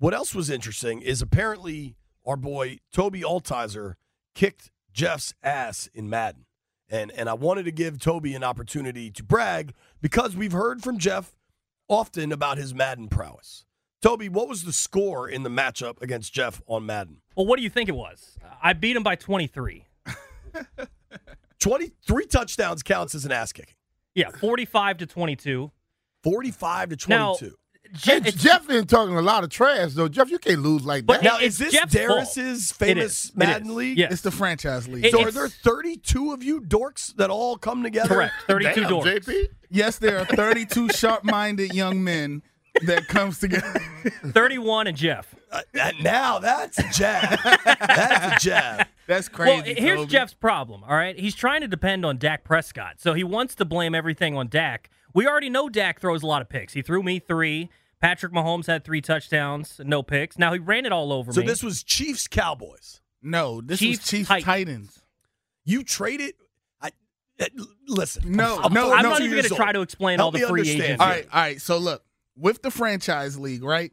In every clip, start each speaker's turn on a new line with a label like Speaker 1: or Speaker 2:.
Speaker 1: What else was interesting is apparently our boy Toby Altizer kicked Jeff's ass in Madden. And and I wanted to give Toby an opportunity to brag because we've heard from Jeff often about his Madden prowess. Toby, what was the score in the matchup against Jeff on Madden?
Speaker 2: Well, what do you think it was? I beat him by 23.
Speaker 1: 23 touchdowns counts as an ass kicking.
Speaker 2: Yeah, 45 to 22.
Speaker 1: 45 to 22.
Speaker 2: Now, Je-
Speaker 3: Hey,
Speaker 2: it's-
Speaker 3: Jeff been talking a lot of trash though. Jeff, you can't lose like
Speaker 2: But
Speaker 3: that.
Speaker 1: now,
Speaker 2: it-
Speaker 1: is
Speaker 2: it's
Speaker 1: this
Speaker 2: Jeff's
Speaker 1: Darius's
Speaker 2: fault. It
Speaker 1: famous
Speaker 2: is. It
Speaker 1: Madden
Speaker 2: is.
Speaker 1: league?
Speaker 2: Yes.
Speaker 4: It's the franchise league.
Speaker 2: It-
Speaker 1: So are
Speaker 2: it's-
Speaker 1: there 32 of you dorks that all come together?
Speaker 2: Correct. 32
Speaker 3: Damn,
Speaker 2: doors.
Speaker 3: JP.
Speaker 4: yes, there are 32 sharp-minded young men that comes together.
Speaker 2: 31 and Jeff.
Speaker 1: Uh, that- now that's a jab. that's a jab.
Speaker 4: That's crazy.
Speaker 2: well, here's
Speaker 4: Toby.
Speaker 2: Jeff's problem, all right? He's trying to depend on Dak Prescott. So he wants to blame everything on Dak. We already know Dak throws a lot of picks. He threw me 3. Patrick Mahomes had 3 touchdowns, no picks. Now he ran it all over
Speaker 1: So
Speaker 2: me.
Speaker 1: this was Chiefs Cowboys.
Speaker 4: No, this
Speaker 2: Chiefs
Speaker 4: was Chiefs
Speaker 2: Titans.
Speaker 4: Titans.
Speaker 1: You traded. I, uh, listen.
Speaker 4: No,
Speaker 1: I'm
Speaker 4: no,
Speaker 2: I'm
Speaker 1: 42
Speaker 2: not even
Speaker 1: years
Speaker 2: gonna try
Speaker 1: old.
Speaker 2: to explain
Speaker 1: Help
Speaker 2: all the
Speaker 1: me
Speaker 2: free
Speaker 1: understand.
Speaker 2: agents.
Speaker 4: All right, all right. So look, with the franchise league, right?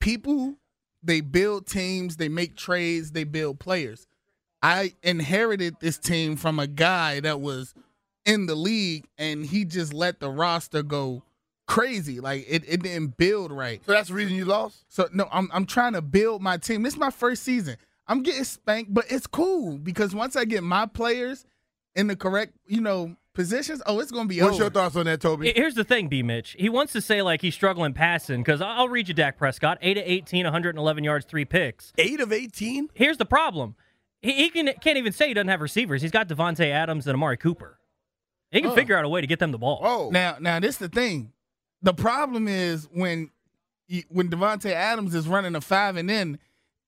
Speaker 4: People they build teams, they make trades, they build players. I inherited this team from a guy that was in the league and he just let the roster go crazy. Like it, it didn't build right.
Speaker 3: So that's the reason you lost.
Speaker 4: So no, I'm I'm trying to build my team. This is my first season. I'm getting spanked, but it's cool because once I get my players in the correct, you know, positions, oh, it's gonna be
Speaker 3: What's
Speaker 4: over.
Speaker 3: your thoughts on that, Toby?
Speaker 2: Here- Here's the thing, B. Mitch. He wants to say like he's struggling passing because I'll read you Dak Prescott, eight to 18, 111 yards, three picks.
Speaker 1: Eight of 18?
Speaker 2: Here's the problem. He, he can, can't even say he doesn't have receivers. He's got Devonte Adams and Amari Cooper. He can figure out a way to get them the ball.
Speaker 3: Whoa.
Speaker 4: Now, now this the thing. The problem is when you- when Devonte Adams is running a five and in,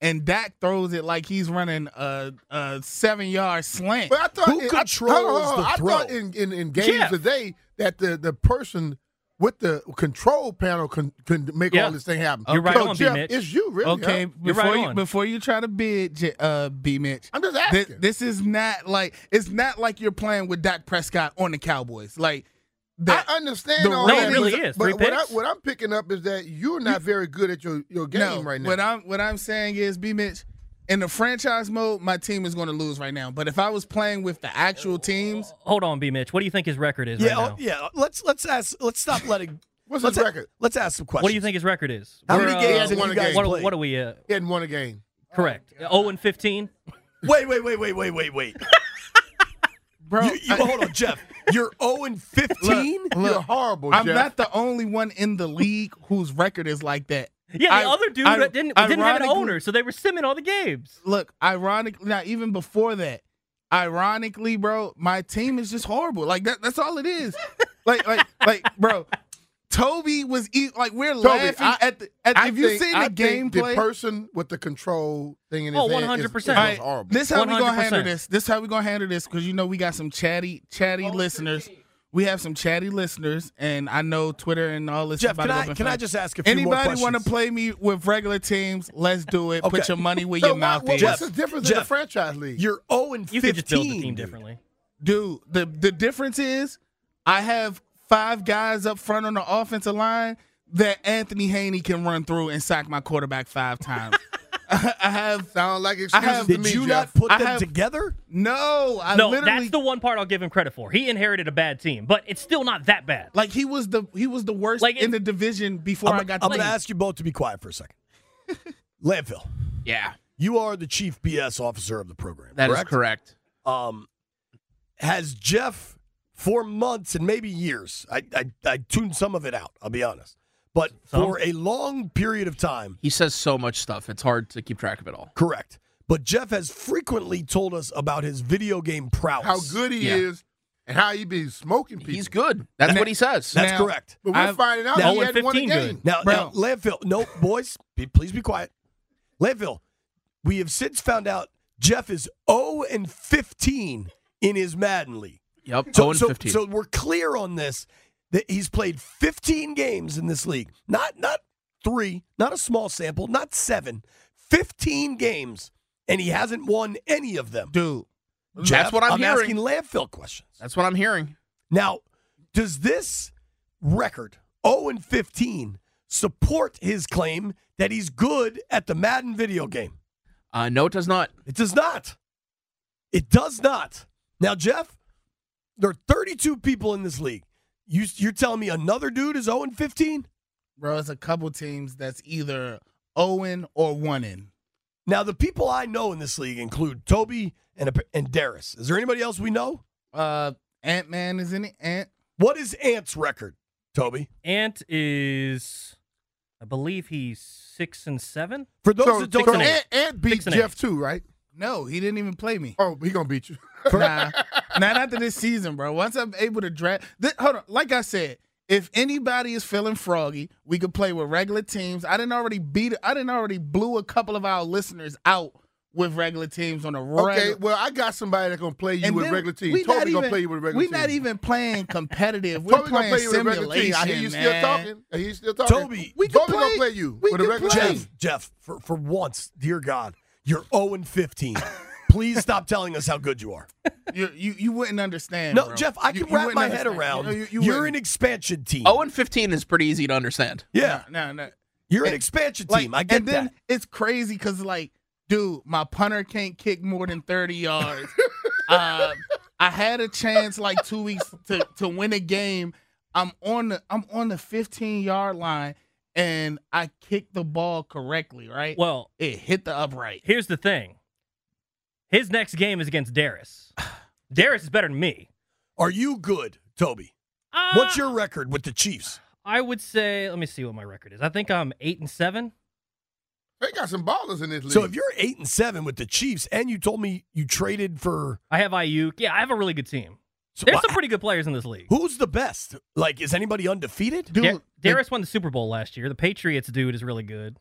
Speaker 4: and Dak throws it like he's running a, a seven yard slant.
Speaker 3: But I thought
Speaker 1: Who
Speaker 3: it-
Speaker 1: controls
Speaker 3: I, hold on, hold on.
Speaker 1: the
Speaker 3: I
Speaker 1: throw?
Speaker 3: thought in, in, in games
Speaker 2: Jeff.
Speaker 3: today that the, the person with the control panel can, can make
Speaker 2: Yeah.
Speaker 3: all this thing happen.
Speaker 2: You're right
Speaker 3: so
Speaker 2: on,
Speaker 3: Jeff,
Speaker 2: B-Mitch.
Speaker 3: it's you, really.
Speaker 4: okay,
Speaker 3: huh?
Speaker 2: You're
Speaker 4: before
Speaker 2: right
Speaker 4: you
Speaker 2: on.
Speaker 4: before you try to bid, J- uh, B Mitch,
Speaker 3: I'm just
Speaker 4: thi-
Speaker 3: asking.
Speaker 4: this is not like it's not like you're playing with Dak Prescott on the Cowboys. Like that,
Speaker 3: I understand
Speaker 4: the
Speaker 3: all
Speaker 4: No, it
Speaker 3: that.
Speaker 2: really
Speaker 3: but-
Speaker 2: is. Three
Speaker 3: But what, I,
Speaker 2: picks?
Speaker 3: what I'm picking up is that you're not very good at your, your game
Speaker 4: no,
Speaker 3: right now.
Speaker 4: What I'm what I'm saying is, B Mitch, in the franchise mode, my team is going to lose right now. But if I was playing with the actual teams,
Speaker 2: Hold on, B. Mitch. What do you think his record is
Speaker 1: Yeah,
Speaker 2: right
Speaker 1: oh,
Speaker 2: now?
Speaker 1: yeah. Let's let's ask. Let's stop letting.
Speaker 3: What's
Speaker 1: let's
Speaker 3: his record?
Speaker 1: Let's ask some questions.
Speaker 2: What do you think his record is?
Speaker 1: How
Speaker 2: We're,
Speaker 1: many
Speaker 2: uh,
Speaker 1: games
Speaker 3: have
Speaker 1: have
Speaker 3: won
Speaker 1: you
Speaker 3: a
Speaker 1: guys
Speaker 3: game?
Speaker 2: what,
Speaker 1: played?
Speaker 2: what are we? Uh,
Speaker 3: he hadn't won a game.
Speaker 2: correct. 0 and 15.
Speaker 1: Wait, wait, wait, wait, wait, wait, wait.
Speaker 4: bro,
Speaker 1: You, you,
Speaker 4: I-
Speaker 1: hold on, Jeff. You're 0 and 15?
Speaker 3: You're horrible,
Speaker 4: I'm
Speaker 3: Jeff.
Speaker 4: not the only one in the league whose record is like that.
Speaker 2: Yeah, the
Speaker 4: I-
Speaker 2: other dude
Speaker 4: I-
Speaker 2: that didn't, didn't have an
Speaker 4: ironically-
Speaker 2: owner, so they were simming all the games.
Speaker 4: Look, ironically, now even before that, ironically, bro, my team is just horrible. Like that, that's all it is. like, like, like, bro. Toby was eat, like we're laughing
Speaker 3: I-
Speaker 4: at the. At,
Speaker 3: I
Speaker 4: have you
Speaker 3: think-
Speaker 4: seen
Speaker 3: I
Speaker 4: the
Speaker 3: think
Speaker 4: gameplay?
Speaker 3: The person with the control thing in his
Speaker 2: Oh,
Speaker 3: hand is-
Speaker 2: 100%.
Speaker 3: is,
Speaker 4: All right,
Speaker 3: horrible.
Speaker 4: This how we gonna
Speaker 2: 100%.
Speaker 4: handle this. This how we gonna handle this because you know we got some chatty, chatty listeners. We have some chatty listeners, and I know Twitter and all this.
Speaker 1: Jeff,
Speaker 4: about
Speaker 1: can
Speaker 4: to go
Speaker 1: I
Speaker 4: up in
Speaker 1: can I
Speaker 4: flames.
Speaker 1: just ask a few more
Speaker 4: Anybody want to
Speaker 1: questions?
Speaker 4: play me with regular teams? Let's do it.
Speaker 1: Okay.
Speaker 4: Put your money where
Speaker 3: so
Speaker 4: your
Speaker 3: why-
Speaker 4: mouth
Speaker 3: what-
Speaker 4: is,
Speaker 3: what's
Speaker 1: Jeff,
Speaker 3: the difference in
Speaker 1: Jeff,
Speaker 3: the franchise league?
Speaker 1: You're 0 and 15.
Speaker 2: You could just build the team
Speaker 1: dude.
Speaker 2: differently.
Speaker 4: dude. The the difference is, I have five guys up front on the offensive line that Anthony Haney can run through and sack my quarterback five times. I have
Speaker 3: Sound like
Speaker 4: I
Speaker 3: excuses
Speaker 4: have-
Speaker 3: to
Speaker 1: Did
Speaker 3: me,
Speaker 1: you
Speaker 3: Jeff.
Speaker 1: not put
Speaker 4: I
Speaker 1: them
Speaker 4: have-
Speaker 1: together?
Speaker 4: no. I
Speaker 2: No,
Speaker 4: literally,
Speaker 2: that's the one part I'll give him credit for. He inherited a bad team, but it's still not that bad.
Speaker 4: Like he was the he was the worst
Speaker 2: Like,
Speaker 4: in
Speaker 2: if-
Speaker 4: the division before
Speaker 1: I'm,
Speaker 4: I got.
Speaker 1: I'm
Speaker 4: the
Speaker 1: going to ask you both to be quiet for a second. Landfill,
Speaker 5: Yeah,
Speaker 1: you are the chief BS officer of the program.
Speaker 5: that is
Speaker 1: correct?
Speaker 5: correct.
Speaker 1: Um, has Jeff for months and maybe years? I, I I tuned some of it out. I'll be honest, but
Speaker 2: Some?
Speaker 1: for a long period of time,
Speaker 5: He says so much stuff; it's hard to keep track of it all.
Speaker 1: correct. But Jeff has frequently told us about his video game prowess.
Speaker 3: How good he
Speaker 5: Yeah.
Speaker 3: is and how he be smoking people.
Speaker 5: He's good. That's what he says.
Speaker 1: That's
Speaker 4: Now-
Speaker 1: correct.
Speaker 3: But we're
Speaker 4: I've-
Speaker 3: finding out
Speaker 2: Now-
Speaker 3: he hadn't won a
Speaker 2: 0-15
Speaker 3: game.
Speaker 2: good.
Speaker 1: Now,
Speaker 4: Bro.
Speaker 1: now landfill. No, boys, be, please be quiet. Landfill. We have since found out Jeff is 0 and 15 in his Madden league.
Speaker 5: Yep.
Speaker 1: So,
Speaker 5: 0 and
Speaker 1: so,
Speaker 5: 15.
Speaker 1: so we're clear on this that he's played 15 games in this league. Not not 3, not a small sample, not 7. 15 games and he hasn't won any of them.
Speaker 4: dudude.
Speaker 1: Jeff,
Speaker 5: what I'm hearing.
Speaker 1: asking landfill questions.
Speaker 5: That's what I'm hearing.
Speaker 1: Now, does this record 0 and 15 support his claim that he's good at the Madden video game?
Speaker 5: Uh, no, it does not.
Speaker 1: It does not. It does not. Now, Jeff, there are 32 people in this league. You, you're telling me another dude is 0 and 15?
Speaker 4: Bro, it's a couple teams that's either Owen or one in.
Speaker 1: Now, the people I know in this league include Toby and, and Darius. Is there anybody else we know?
Speaker 4: Uh, Ant Man is in it. Ant.
Speaker 1: What is Ant's record, Toby?
Speaker 2: Ant is, I believe he's six and seven.
Speaker 1: For those
Speaker 3: So,
Speaker 1: that don't
Speaker 3: so
Speaker 1: know,
Speaker 3: Ant, Ant beat
Speaker 2: Six and
Speaker 3: Jeff
Speaker 2: eight.
Speaker 3: too, right?
Speaker 4: No, he didn't even play me.
Speaker 3: Oh, he gonna beat you.
Speaker 4: nah, not after this season, bro. Once I'm able to draft, th- hold on. Like I said, if anybody is feeling froggy, we could play with regular teams. I didn't already beat. I didn't already blew a couple of our listeners out with regular teams on a
Speaker 3: Okay,
Speaker 4: regu-
Speaker 3: well, I got somebody that's gonna play you
Speaker 4: And
Speaker 3: with
Speaker 4: then
Speaker 3: regular team.
Speaker 4: we not
Speaker 3: Toby gonna
Speaker 4: even-
Speaker 3: play you with a regular
Speaker 4: we
Speaker 3: team.
Speaker 4: not even playing competitive. We're
Speaker 3: Toby gonna
Speaker 4: playing
Speaker 3: play you with a regular team.
Speaker 4: simulation.
Speaker 3: I hear you still
Speaker 4: man.
Speaker 3: talking. I hear you still talking.
Speaker 1: Toby-
Speaker 4: We
Speaker 3: Toby
Speaker 4: can
Speaker 3: gonna
Speaker 4: play-
Speaker 3: play you
Speaker 4: we
Speaker 3: with a
Speaker 4: can
Speaker 3: regular
Speaker 4: play.
Speaker 3: team.
Speaker 1: Jeff, Jeff, for, for once, dear God, you're 0 and 15. Please stop telling us how good you are.
Speaker 4: You, you you wouldn't understand.
Speaker 1: No,
Speaker 4: bro.
Speaker 1: Jeff, I
Speaker 4: You-
Speaker 1: can
Speaker 4: you
Speaker 1: wrap
Speaker 4: wouldn't
Speaker 1: my head
Speaker 4: understand.
Speaker 1: around.
Speaker 4: No, you- you Oh,
Speaker 1: You, are an
Speaker 4: wouldn't.
Speaker 1: expansion team.
Speaker 5: 0 Oh, and 15 is pretty easy to understand.
Speaker 1: yeah,
Speaker 4: No, no. no.
Speaker 1: you're an expansion team. I get
Speaker 4: and then
Speaker 1: that.
Speaker 4: it's crazy because like, dude, my punter can't kick more than thirty yards. um, I had a chance like two weeks to to win a game. I'm on the I'm on the 15 yard line and I kicked the ball correctly, right?
Speaker 2: Well,
Speaker 4: it hit the upright.
Speaker 2: here's the thing. His next game is against Darius. Darius is better than me.
Speaker 1: Are you good, Toby?
Speaker 2: Uh,
Speaker 1: What's your record with the Chiefs?
Speaker 2: I would say. Let me see what my record is. I think I'm eight and seven.
Speaker 3: They got some ballers in this league.
Speaker 1: So if you're eight and seven with the Chiefs, and you told me you traded for
Speaker 2: I have IU. Yeah, I have a really good team.
Speaker 1: so
Speaker 2: There's
Speaker 1: wha-
Speaker 2: some pretty good players in this league.
Speaker 1: who's the best? Like, is anybody undefeated?
Speaker 4: Dude,
Speaker 2: Da- Darius won the Super Bowl last year. The Patriots dude is really good.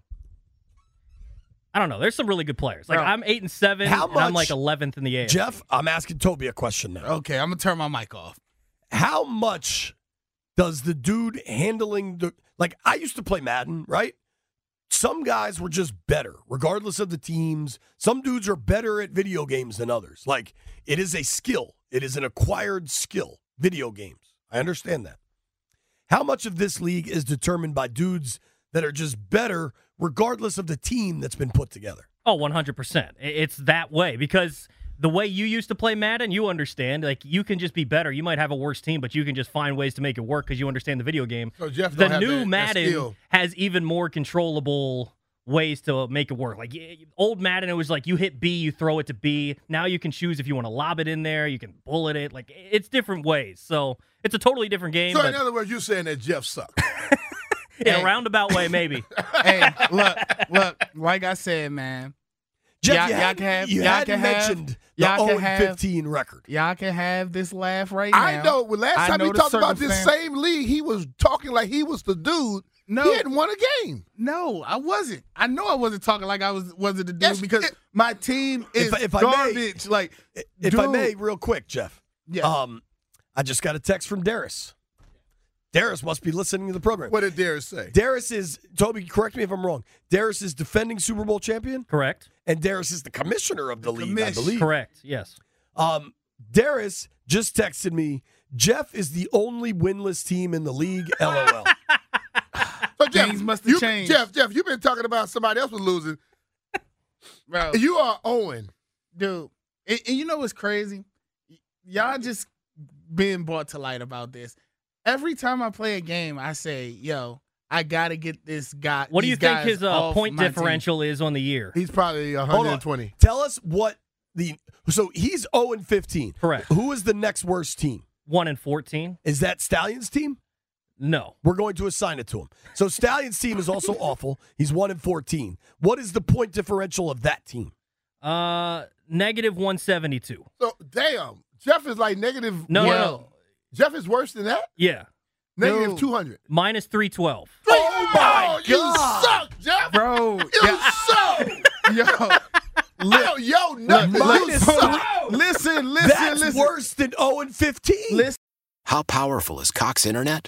Speaker 2: I don't know. There's some really good players. Like
Speaker 4: Bro.
Speaker 2: I'm eight and seven.
Speaker 1: How
Speaker 2: and I'm
Speaker 1: much-
Speaker 2: like eleventh in the AFC.
Speaker 1: Jeff, I'm asking Toby a question now.
Speaker 4: okay, I'm gonna turn my mic off.
Speaker 1: how much does the dude handling the like I used to play Madden, right? Some guys were just better, regardless of the teams. Some dudes are better at video games than others. Like it is a skill. It is an acquired skill, video games. I understand that. How much of this league is determined by dudes that are just better regardless of the team that's been put together?
Speaker 2: Oh, 100%. I- It's that way because the way you used to play Madden, you understand. Like, you can just be better. You might have a worse team, but you can just find ways to make it work because you understand the video game.
Speaker 3: So Jeff
Speaker 2: the
Speaker 3: don't have
Speaker 2: new
Speaker 3: that- that
Speaker 2: Madden
Speaker 3: skill.
Speaker 2: has even more controllable ways to make it work. Like, y- old Madden, it was like you hit B, you throw it to B. Now you can choose if you want to lob it in there, you can bullet it. Like, it's different ways. So, it's a totally different game.
Speaker 3: So
Speaker 2: but
Speaker 3: in other words, you're saying that Jeff sucks.
Speaker 2: in
Speaker 4: Hey.
Speaker 2: a roundabout way, maybe.
Speaker 4: hey, look, look, like I said, man,
Speaker 1: Jeff,
Speaker 4: Y'all-
Speaker 1: you
Speaker 4: y'all
Speaker 1: had,
Speaker 4: can have-
Speaker 1: you
Speaker 4: y'all
Speaker 1: had
Speaker 4: can have-
Speaker 1: mentioned the
Speaker 4: y'all can
Speaker 1: 0
Speaker 4: have-
Speaker 1: 15 record.
Speaker 4: y'all can have this laugh right now.
Speaker 3: I know. Well, last
Speaker 4: I
Speaker 3: time
Speaker 4: know
Speaker 3: we
Speaker 4: the
Speaker 3: talked about this
Speaker 4: circumstance.
Speaker 3: same league, he was talking like he was the dude.
Speaker 4: No,
Speaker 3: He hadn't won a game.
Speaker 4: No, I wasn't. I know I wasn't talking like I was wasn't the dude
Speaker 3: Yes,
Speaker 4: because
Speaker 3: it-
Speaker 4: my team is
Speaker 1: If I- if I may-
Speaker 4: garbage. like,
Speaker 1: If I
Speaker 4: dude,
Speaker 1: may, real quick, Jeff.
Speaker 4: yeah,
Speaker 1: Um, I just got a text from Darius. Darius must be listening to the program.
Speaker 3: What did Darius say?
Speaker 1: Darius is Toby. Correct me if I'm wrong. Darius is defending Super Bowl champion,
Speaker 2: Correct.
Speaker 1: and Darius is the commissioner of the, league, I
Speaker 4: commish.
Speaker 1: believe.
Speaker 2: Correct. Yes.
Speaker 1: Um, Darius just texted me. Jeff is the only winless team in the league. LOL.
Speaker 3: So Jeff,
Speaker 4: Things must have
Speaker 3: you,
Speaker 4: changed.
Speaker 3: Jeff, Jeff, you've been talking about somebody else was losing.
Speaker 4: bro,
Speaker 3: You are Owen.
Speaker 4: dude. And, and you know what's crazy? Y- Y'all just being brought to light about this. Every time I play a game, I say, "Yo, I gotta get this guy.
Speaker 2: What do you
Speaker 4: these
Speaker 2: think
Speaker 4: guys
Speaker 2: his uh,
Speaker 4: off
Speaker 2: point
Speaker 4: my team.
Speaker 2: differential is on the year?
Speaker 3: He's probably
Speaker 1: Hold on.
Speaker 3: 120.
Speaker 1: Tell us what the so he's 0 and 15.
Speaker 2: Correct.
Speaker 1: Who is the next worst team?
Speaker 2: One and fourteen?
Speaker 1: Is that Stallions team?
Speaker 2: No.
Speaker 1: We're going to assign it to him. So Stallions team is also awful. He's 1 and 14. What is the point differential of that team?
Speaker 2: Uh, negative one seventy two.
Speaker 3: So damn, Jeff is like negative.
Speaker 2: No,
Speaker 3: one.
Speaker 2: no, no.
Speaker 3: Jeff is worse than that.
Speaker 2: Yeah,
Speaker 3: Negative
Speaker 4: No.
Speaker 3: two hundred.
Speaker 2: minus three twelve.
Speaker 3: Oh
Speaker 1: my
Speaker 3: You
Speaker 1: God.
Speaker 3: suck, Jeff.
Speaker 4: bro?
Speaker 3: You suck.
Speaker 4: yo,
Speaker 3: yo, yo, nothing. You
Speaker 1: Minus
Speaker 3: suck.
Speaker 1: three.
Speaker 4: listen, listen,
Speaker 1: That's
Speaker 4: listen.
Speaker 1: worse than 0 and 15.
Speaker 4: Listen.
Speaker 6: How powerful is Cox Internet?